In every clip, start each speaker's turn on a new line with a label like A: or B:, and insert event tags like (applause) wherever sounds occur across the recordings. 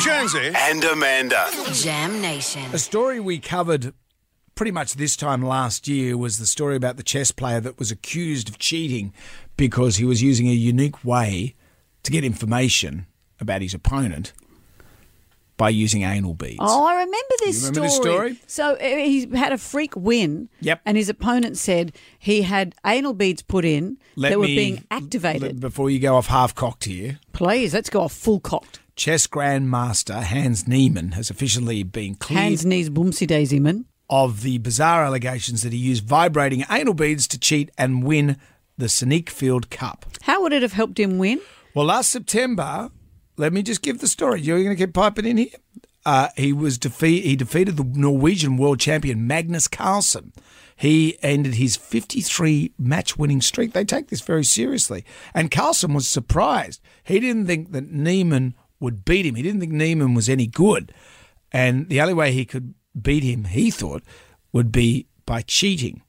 A: Jonesy.
B: and Amanda.
C: Jam Nation.
D: A story we covered pretty much this time last year was the story about the chess player that was accused of cheating because he was using a unique way to get information about his opponent by using anal beads.
E: Oh, I remember this
D: You remember this
E: story.
D: story?
E: So uh, he had a freak win.
D: Yep.
E: And his opponent said he had anal beads put in that were being
D: let-
E: activated.
D: before you go off half cocked here,
E: Please, let's go off full cocked.
D: chess grandmaster Hans Niemann has officially been cleared
E: Hands, knees, boomsy daisy, man.
D: of the bizarre allegations that he used vibrating anal beads to cheat and win the Sneak Field Cup.
E: How would it have helped him win?
D: Well, last September, let me just give the story. You're going to keep piping in here. Uh, he was defeat. He defeated the Norwegian world champion Magnus Carlsen. He ended his 53 match winning streak. They take this very seriously. And Carlsen was surprised. He didn't think that Neiman would beat him. He didn't think Neiman was any good. And the only way he could beat him, he thought, would be by cheating.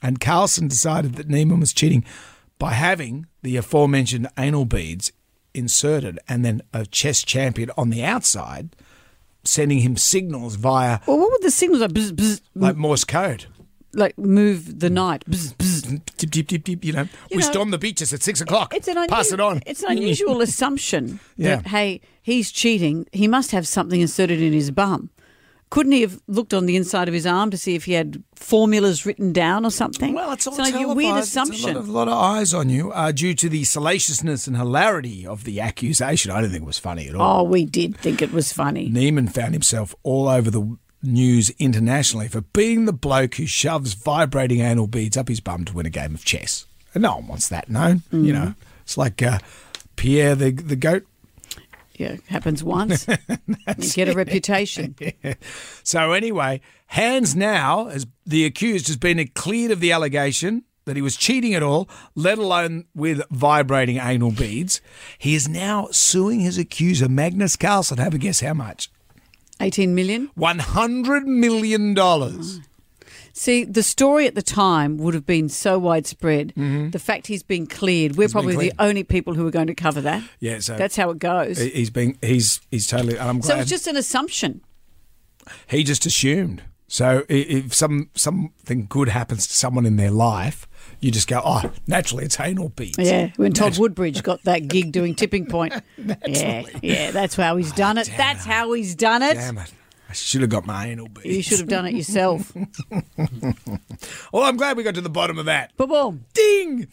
D: And Carlson decided that Neiman was cheating by having the aforementioned anal beads inserted and then a chess champion on the outside sending him signals via
E: Well, what would the signals like? Bzz, bzz,
D: like Morse code.
E: like move the night. Bzz, bzz.
D: Dip, dip, dip, dip, you know, we
E: You know,
D: storm the beaches at six o'clock.
E: It's an unu-
D: Pass it on.
E: It's
D: (laughs)
E: an unusual assumption
D: Yeah.
E: that hey, he's cheating. He must have something inserted in his bum. Couldn't he have looked on the inside of his arm to see if he had formulas written down or something?
D: Well, it's all
E: like a weird
D: televised. It's
E: assumption.
D: A lot, of, lot of eyes on you uh, due to the salaciousness and hilarity of the accusation. I don't think it was funny at all.
E: oh, we did think it was funny.
D: Neiman found himself all over the news internationally for being the bloke who shoves vibrating anal beads up his bum to win a game of chess. And no one wants that known, you know. It's like uh, Pierre the the goat.
E: Yeah,
D: (laughs)
E: happens once. you get a reputation.
D: So anyway, Hans now, as the accused, has been cleared of the allegation that he was cheating at all, let alone with vibrating anal beads. He is now suing his accuser, Magnus Carlsen. Have a guess how much?
E: Eighteen million.
D: One hundred million dollars.
E: See, the story at the time would have been so widespread. The fact he's been cleared, we're probably
D: Mm-hmm. cleared.
E: the only people who are going to cover that.
D: Yeah, so-
E: that's how it goes.
D: He- He's been he's he's totally. And I'm
E: so
D: glad
E: it's just an assumption.
D: he just assumed. So i- if some something good happens to someone in their life, you just go, oh, naturally it's anal beads.
E: Yeah, when Todd Woodbridge got that gig doing Tipping (laughs) Point. yeah, yeah, that's how he's done it. That's how he's done it.
D: Damn it. I should have got my anal beads.
E: You should have done it yourself.
D: Well, I'm glad we got to the bottom of that.
E: Boom.
D: Ding!